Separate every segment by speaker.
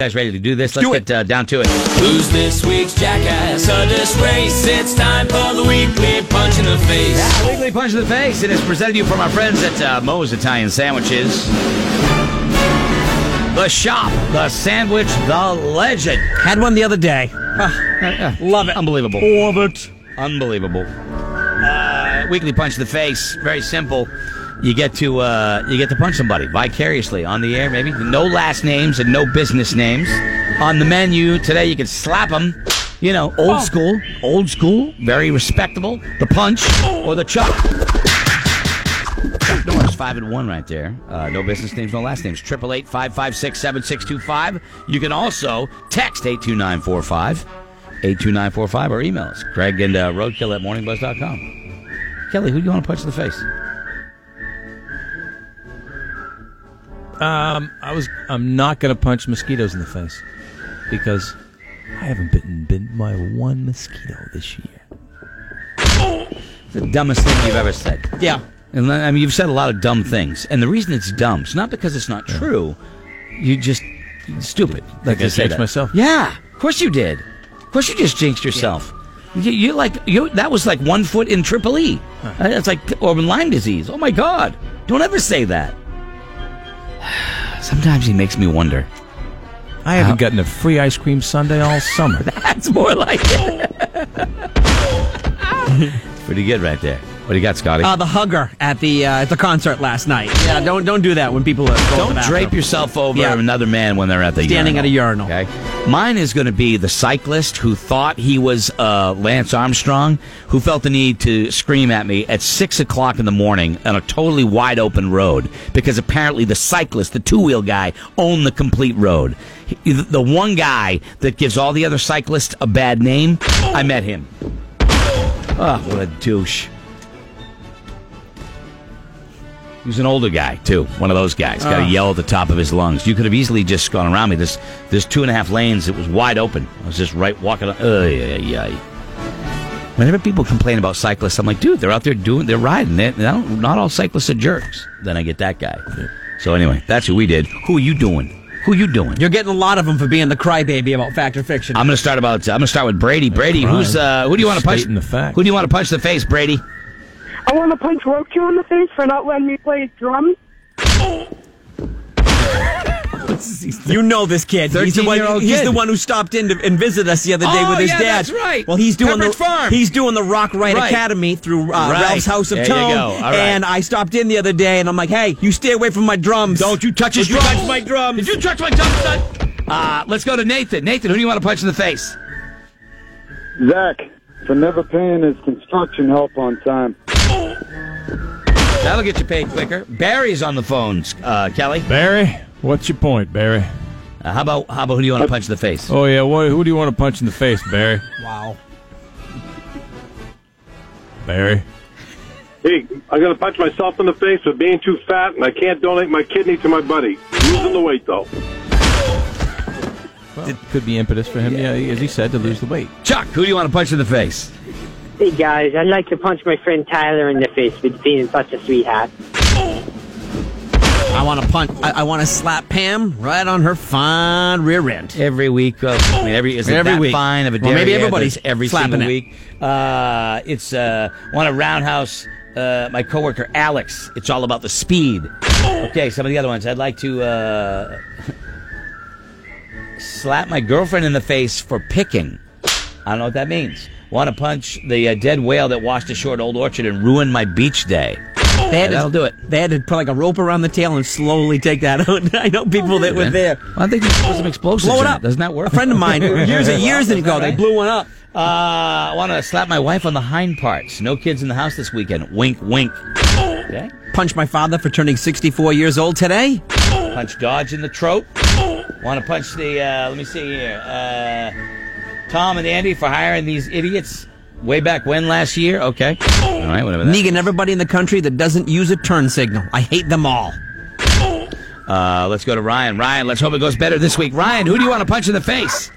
Speaker 1: guys ready to do this? Let's
Speaker 2: do
Speaker 1: get uh, down to it.
Speaker 3: Who's this week's jackass or disgrace? It's time for the weekly punch in the face.
Speaker 1: Yeah, Weekly Punch in the Face. It is presented to you from our friends at uh, Moe's Italian Sandwiches. The shop, the sandwich, the legend.
Speaker 2: Had one the other day. Ah, uh, Love it.
Speaker 1: Unbelievable.
Speaker 2: Love it.
Speaker 1: Unbelievable. Uh, weekly punch in the face. Very simple. You get to uh, you get to punch somebody vicariously on the air, maybe. No last names and no business names on the menu today. You can slap them. You know, old school, old school, very respectable. The punch or the chop. No, it's five and one right there. Uh, no business names, no last names. Triple eight five five six seven six two five. You can also text eight two nine four five. 82945 or email us. Greg and uh, roadkill at morningbuzz.com. Kelly, who do you want to punch in the face?
Speaker 4: Um, I was. I'm not gonna punch mosquitoes in the face because I haven't bitten bitten by one mosquito this year.
Speaker 1: The dumbest thing you've ever said.
Speaker 2: Yeah.
Speaker 1: And I I mean, you've said a lot of dumb things. And the reason it's dumb is not because it's not true. You just you're stupid. Like
Speaker 4: I
Speaker 1: I said
Speaker 4: jinxed
Speaker 1: that.
Speaker 4: myself?
Speaker 1: Yeah, of course you did. Of course you just jinxed yourself. You, you like you that was like one foot in triple E. Uh, It's like or in Lyme disease. Oh my God! Don't ever say that. Sometimes he makes me wonder.
Speaker 4: I haven't gotten a free ice cream sundae all summer.
Speaker 1: That's more like it. Pretty good right there. What do you got, Scotty?
Speaker 2: Uh, the hugger at the uh, at the concert last night. Yeah, don't don't do that when people are going to
Speaker 1: Don't
Speaker 2: the
Speaker 1: drape
Speaker 2: bathroom.
Speaker 1: yourself over
Speaker 2: Yeah.
Speaker 1: another man when they're at the
Speaker 2: Standing at a
Speaker 1: urinal,
Speaker 2: urinal.
Speaker 1: Okay. Mine is going to be the cyclist who thought he was uh, Lance Armstrong, who felt the need to scream at me at six o'clock in the morning on a totally wide open road because apparently the cyclist, the two wheel guy, owned the complete road. He- the one guy that gives all the other cyclists a bad name, I met him. Oh, what a douche. He was an older guy too, one of those guys.
Speaker 4: Ah.
Speaker 1: Got to yell at the top of his lungs. You could have easily just gone around me. This, there's two and a half lanes. It was wide open. I was just right walking. On. Uh, yeah, yeah, Whenever people complain about cyclists, I'm like, dude, they're out there doing, they're riding. They, they don't, not all cyclists are jerks. Then I get that guy. So anyway, that's who we did. Who are you doing? Who are you doing?
Speaker 2: You're getting a lot of them for being the crybaby about fact or fiction.
Speaker 1: I'm gonna start about. I'm gonna start with Brady. Brady,
Speaker 4: crime.
Speaker 1: who's uh, who do you want to punch?
Speaker 4: Stating the fact.
Speaker 1: Who do you want to punch in the face, Brady?
Speaker 5: I want to punch Roku in the face for not letting me play drums.
Speaker 2: you know this kid. He's the one.
Speaker 1: 13-year-old
Speaker 2: He's
Speaker 1: kid.
Speaker 2: the one who stopped in to, and visited us the other day
Speaker 1: Oh,
Speaker 2: with his
Speaker 1: yeah,
Speaker 2: dad.
Speaker 1: that's right.
Speaker 2: Well, he's doing
Speaker 1: Pepperidge
Speaker 2: the
Speaker 1: Farm.
Speaker 2: he's doing the Rock Right,
Speaker 1: Right.
Speaker 2: Academy through uh,
Speaker 1: Right.
Speaker 2: Ralph's House of
Speaker 1: There you
Speaker 2: Tone.
Speaker 1: go. All right.
Speaker 2: And I stopped in the other day, and I'm like, "Hey, you stay away from my drums.
Speaker 1: Don't you touch his
Speaker 2: Don't you
Speaker 1: drums.
Speaker 2: touch my drums.
Speaker 1: Did you touch my drums, son? Uh, let's go to Nathan. Nathan, who do you want to punch in the face?
Speaker 6: Zach for never paying his construction help on time.
Speaker 1: That'll get you paid quicker. Barry's on the phones. Uh, Kelly,
Speaker 4: Barry, what's your point, Barry?
Speaker 1: uh, how about how about who do you want to punch in the face?
Speaker 4: Oh yeah, what, who do you want to punch in the face, Barry?
Speaker 2: Wow.
Speaker 4: Barry.
Speaker 7: Hey, I'm going to punch myself in the face for being too fat, and I can't donate my kidney to my buddy. Losing the weight, though.
Speaker 4: It could be impetus for him, yeah, as he said, to lose the weight.
Speaker 1: Chuck, who do you want to punch in the face?
Speaker 8: Hey guys, I'd like to punch my friend Tyler in the face for being such a sweetheart.
Speaker 2: I want to punch. I, I want to slap Pam right on her fine rear end.
Speaker 1: Every week, of, I mean, every is it
Speaker 2: Every
Speaker 1: that
Speaker 2: week.
Speaker 1: fine of a
Speaker 2: Well, maybe
Speaker 1: derriere
Speaker 2: everybody's
Speaker 1: that's every
Speaker 2: slapping
Speaker 1: single
Speaker 2: it.
Speaker 1: week. Uh, it's uh, on a roundhouse. Uh, my coworker Alex. It's all about the speed. Okay, some of the other ones. I'd like to uh, slap my girlfriend in the face for picking. I don't know what that means. Want to punch the uh, dead whale that washed ashore at Old Orchard and ruined my beach day.
Speaker 2: They had to-
Speaker 1: That'll do it.
Speaker 2: They had to put like a rope around the tail and slowly take that out. I know people that were there.
Speaker 1: Why don't they just put some explosives
Speaker 2: Blow
Speaker 1: in
Speaker 2: it up.
Speaker 1: Doesn't that work?
Speaker 2: A friend of mine years and years ago, they blew one up.
Speaker 1: Uh, I want to slap my wife on the hind parts. No kids in the house this weekend. Wink, wink. Okay.
Speaker 2: Punch my father for turning 64 years old today.
Speaker 1: Punch Dodge in the throat. Want to punch the, uh, let me see here, uh, Tom and Andy for hiring these idiots way back when last year. Okay. All right, whatever that.
Speaker 2: Negan, everybody in the country that doesn't use a turn signal. I hate them all.
Speaker 1: Uh, let's go to Ryan. Ryan, let's hope it goes better this week. Ryan, who do you want to punch in the face?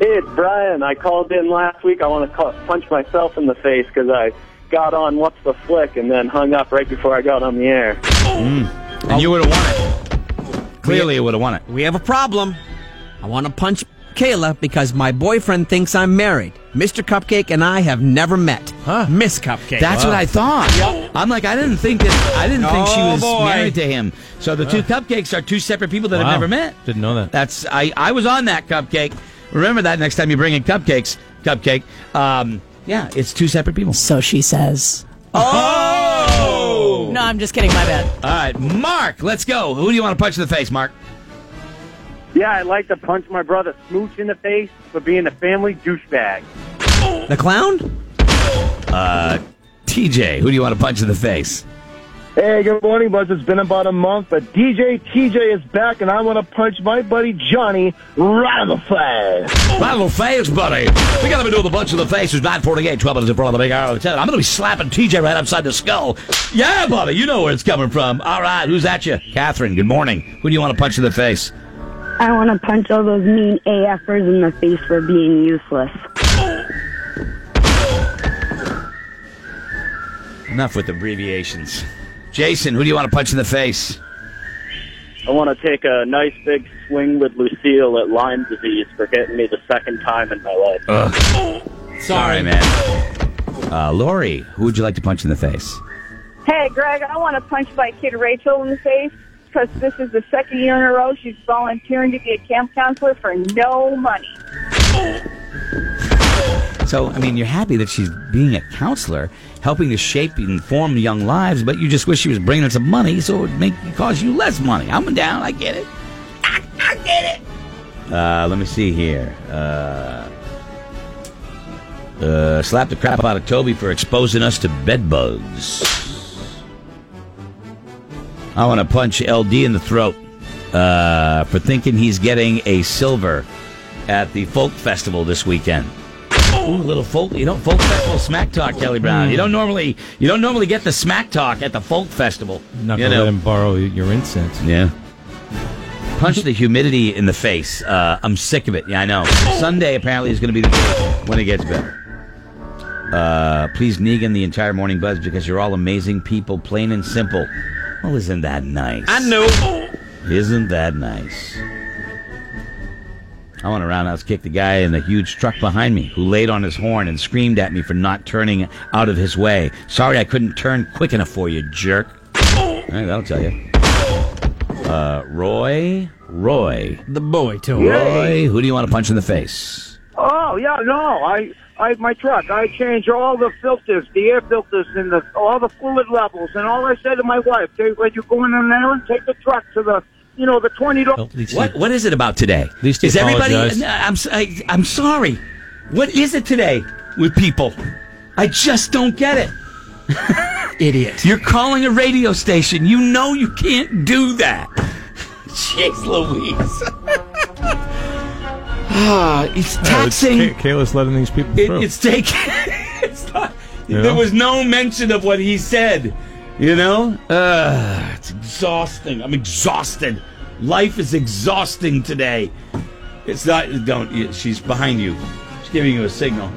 Speaker 9: Hey, it's Brian. I called in last week. I want to call, punch myself in the face because I got on What's the Flick and then hung up right before I got on the air.
Speaker 1: And you would have won it. Clearly, you would have won it.
Speaker 2: We have a problem. I want to punch Kayla because my boyfriend thinks I'm married. Mr. Cupcake and I have never met.
Speaker 4: Huh.
Speaker 2: Miss Cupcake.
Speaker 1: That's what I thought. I'm like, I didn't think that. I didn't think she
Speaker 2: Oh,
Speaker 1: was
Speaker 2: boy.
Speaker 1: married to him. So the two cupcakes are two separate people that
Speaker 4: Wow.
Speaker 1: I've never met.
Speaker 4: Didn't know that.
Speaker 1: That's I. I was on that cupcake. Remember that next time you bring in cupcakes, cupcake. Um, yeah, it's two separate people.
Speaker 10: So she says.
Speaker 1: Oh.
Speaker 10: No, I'm just kidding. My bad.
Speaker 1: All right, Mark. Let's go. Who do you want to punch in the face, Mark?
Speaker 9: Yeah, I like to punch my brother Smooch in the face for being a family douchebag.
Speaker 2: The clown?
Speaker 1: TJ. Who do you want to punch in the face?
Speaker 6: Hey, good morning, Buzz. It's been about a month, but DJ TJ is back, and I want to punch my buddy Johnny right in the face.
Speaker 1: My little face, buddy. We gotta be doing the bunch of the faces. 948, 12 minutes in front of the big hour. of 10. I'm gonna be slapping TJ right upside the skull. Yeah, buddy, you know where it's coming from. All right, who's at you? Catherine, good morning. Who do you want to punch in the face?
Speaker 5: I want to punch all those mean AFers in the face for being useless.
Speaker 1: Enough with abbreviations. Jason, who do you want to punch in the face?
Speaker 9: I want to take a nice big swing with Lucille at Lyme disease for hitting me the second time in my life.
Speaker 1: Sorry, man. Uh, Lori, who would you like to punch in the face?
Speaker 5: Hey, Greg, I want to punch my kid Rachel in the face because this is the second year in a row she's volunteering to be a camp counselor for no money.
Speaker 1: So, I mean, you're happy that she's being a counselor, helping to shape and form young lives, but you just wish she was bringing in some money so it would make cause you less money. I'm down. I get it. I, I get it. Uh, let me see here. Uh, uh, slap the crap out of Toby for exposing us to bed bugs. I want to punch LD in the throat uh, for thinking he's getting a silver at the folk festival this weekend. Ooh, little folk, you know, folk festival smack talk, Kelly Brown. You don't normally, you don't normally get the smack talk at the folk festival.
Speaker 4: Not
Speaker 1: you
Speaker 4: gonna
Speaker 1: know.
Speaker 4: let him borrow your incense.
Speaker 1: Yeah. Punch the humidity in the face. Uh, I'm sick of it. Yeah, I know. Sunday apparently is going to be the day when it gets better. Uh, please Negan the entire morning buzz because you're all amazing people, plain and simple. Well, isn't that nice?
Speaker 2: I know.
Speaker 1: Isn't that nice? I want to roundhouse kick the guy in the huge truck behind me who laid on his horn and screamed at me for not turning out of his way. Sorry I couldn't turn quick enough for you, jerk. All right, that'll tell you. Uh, Roy, Roy,
Speaker 2: The boy, too.
Speaker 1: Roy, who do you want to punch in the face?
Speaker 6: Oh yeah, no, I, I my truck. I change all the filters, the air filters, and the all the fluid levels, and all I say to my wife, "Hey, when you're going on an errand, take the truck to the, you know, the twenty dollars."
Speaker 4: Well, at least
Speaker 1: What
Speaker 4: he-
Speaker 1: What is it about today?
Speaker 4: least he
Speaker 1: is everybody?
Speaker 4: apologized.
Speaker 1: No, I'm s- I, I'm sorry. What is it today with people? I just don't get it.
Speaker 2: Idiot.
Speaker 1: You're calling a radio station. You know you can't do that. Jeez Louise. Ah, it's taxing.
Speaker 4: Ca- Kayla's letting these people
Speaker 1: It,
Speaker 4: through.
Speaker 1: it's taking. it's not,
Speaker 4: Yeah.
Speaker 1: There was no mention of what he said. You know? Uh, it's exhausting. I'm exhausted. Life is exhausting today. It's not. Don't. you- She's behind you. She's giving you a signal.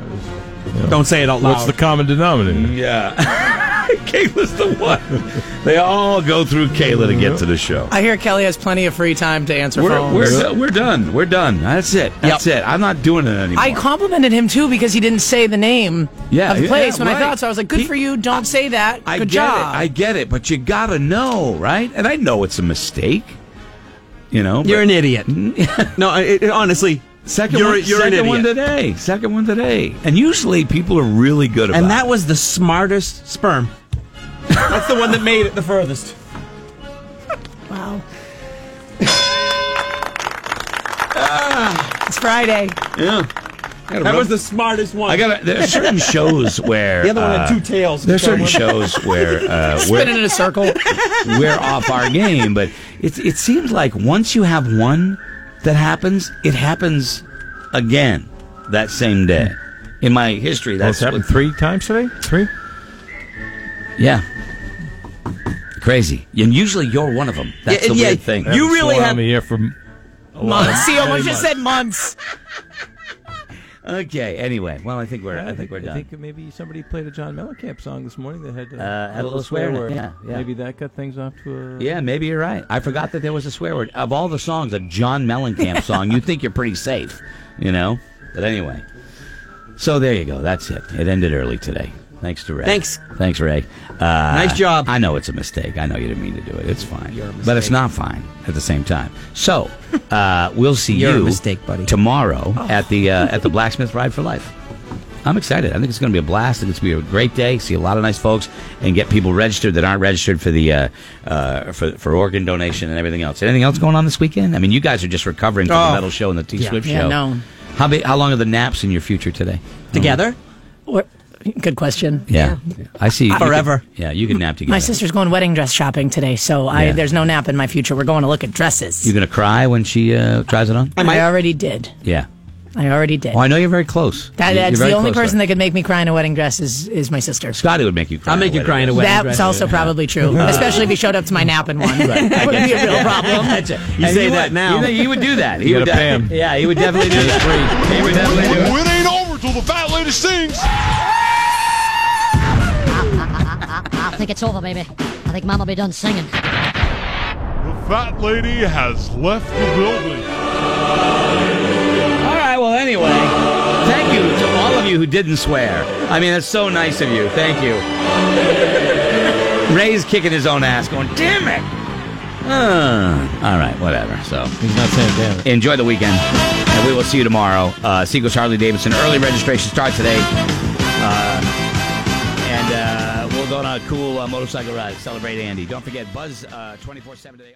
Speaker 2: Don't say it out
Speaker 4: What's
Speaker 2: loud.
Speaker 4: the common
Speaker 1: Mm.
Speaker 4: denominator?
Speaker 1: Yeah. Kayla's the one. They all go through Kayla to get to the show.
Speaker 10: I hear Kelly has plenty of free time to answer
Speaker 1: We're,
Speaker 10: phones.
Speaker 1: we're, do- we're done. We're done. That's it. That's it. I'm not doing it anymore.
Speaker 10: I complimented him too because he didn't say the name
Speaker 1: Yeah,
Speaker 10: of the
Speaker 1: yeah,
Speaker 10: place when
Speaker 1: right.
Speaker 10: I thought so. I was like, "Good
Speaker 1: He-
Speaker 10: for you! Don't say that.
Speaker 1: I
Speaker 10: Good
Speaker 1: get
Speaker 10: job."
Speaker 1: it. I get it. But you gotta know, right? And I know it's a mistake. You know, but-
Speaker 2: You're an idiot.
Speaker 1: Hmm?
Speaker 2: no, it, it- honestly.
Speaker 1: second
Speaker 2: you're,
Speaker 1: one.
Speaker 2: you're
Speaker 1: second
Speaker 2: an idiot.
Speaker 1: one today. Second one today. And usually people are really good about.
Speaker 2: and that was the smartest sperm. That's the one that made it the furthest.
Speaker 10: it's Friday.
Speaker 1: it.
Speaker 2: That was the smartest one.
Speaker 1: I got. There are certain shows where
Speaker 2: the other one
Speaker 1: uh,
Speaker 2: had two tails.
Speaker 1: There are certain shows where uh, we're,
Speaker 10: Spinning in a circle.
Speaker 1: we're off our game, but it it seems like once you have one that happens, it happens again that same day. In my history,
Speaker 4: That's
Speaker 1: that's
Speaker 4: happened
Speaker 1: what,
Speaker 4: three times today. Three.
Speaker 1: yeah, crazy. And usually you're one of them. That's the
Speaker 2: yeah,
Speaker 1: weird thing.
Speaker 2: You
Speaker 4: Haven't
Speaker 2: really
Speaker 4: flown
Speaker 2: had-
Speaker 4: on the air for
Speaker 10: months. See, I almost just said months.
Speaker 1: Okay. Anyway, well, I think we're I think we're
Speaker 4: I
Speaker 1: done.
Speaker 4: think maybe somebody played a John Mellencamp song this morning that had, uh,
Speaker 1: Uh, had a little swear in it, yeah, yeah.
Speaker 4: Maybe that got things off to a.
Speaker 1: Yeah, maybe you're right. I forgot that there was a swear word. Of all the songs, a John Mellencamp song, you think you're pretty safe, you know? But anyway. So there you go. That's it. It ended early today. Thanks to Ray.
Speaker 2: Thanks.
Speaker 1: Thanks, Ray. Uh,
Speaker 2: Nice job.
Speaker 1: I know it's a mistake. I know you didn't mean to do it. It's fine.
Speaker 2: You're a
Speaker 1: But it's
Speaker 2: mistake.
Speaker 1: not fine at the same time. So uh, we'll see
Speaker 2: You're a
Speaker 1: you
Speaker 2: mistake, buddy. Oh.
Speaker 1: tomorrow at the uh, at the Blacksmith Ride for Life. I'm excited. I think it's going to be a blast. I think it's going to be a great day. See a lot of nice folks and get people registered that aren't registered for the uh, uh, for for organ donation and everything else. Anything else going on this weekend? I mean, you guys are just recovering from
Speaker 2: Oh.
Speaker 1: the metal show and the T Swift
Speaker 10: Yeah,
Speaker 1: show.
Speaker 10: no.
Speaker 1: How big, how long are the naps in your future today?
Speaker 2: Together?
Speaker 10: What? Good question.
Speaker 1: Yeah, I see. you
Speaker 2: Forever.
Speaker 1: could- yeah, you can nap together.
Speaker 10: My sister's going wedding dress shopping today, so I
Speaker 1: Yeah.
Speaker 10: there's no nap in my future. We're going to look at dresses.
Speaker 1: You gonna cry when she uh, tries it on?
Speaker 10: I, already did.
Speaker 1: Yeah.
Speaker 10: I already did.
Speaker 1: Well, I know you're very close.
Speaker 10: that,
Speaker 1: You're-
Speaker 10: that's
Speaker 1: you're very
Speaker 10: the only
Speaker 1: close to
Speaker 10: person
Speaker 1: her.
Speaker 10: that could make me cry in a wedding dress is, is my sister.
Speaker 1: Scotty would make you cry.
Speaker 2: I'll make you cry in a
Speaker 1: dress.
Speaker 2: wedding
Speaker 10: That's
Speaker 2: dress.
Speaker 10: also probably true, especially if he showed up to my nap in one. that would be a real problem.
Speaker 1: That's it.
Speaker 2: You
Speaker 1: And
Speaker 2: say
Speaker 1: he
Speaker 2: that
Speaker 1: would.
Speaker 2: now.
Speaker 1: He, he would do that. He
Speaker 4: You
Speaker 1: would
Speaker 4: gotta pay
Speaker 1: def-
Speaker 4: him.
Speaker 1: Yeah, he would definitely do that. He would definitely do it.
Speaker 11: It ain't over till the fat lady sings.
Speaker 12: I think it's over, baby. I think Mama be done singing.
Speaker 11: The fat lady has left the building.
Speaker 1: All right. Well, anyway, thank you to all of you who didn't swear. I mean, that's so nice of you. Thank you. Ray's kicking his own ass, going, "Damn it!" Uh, all right, whatever. So
Speaker 4: He's not saying damn it.
Speaker 1: enjoy the weekend, and we will see you tomorrow. Uh, Seacoast Harley Davidson early registration starts today, uh, and uh, we'll go on a cool uh, motorcycle ride. Celebrate Andy. Don't forget Buzz twenty four seven today.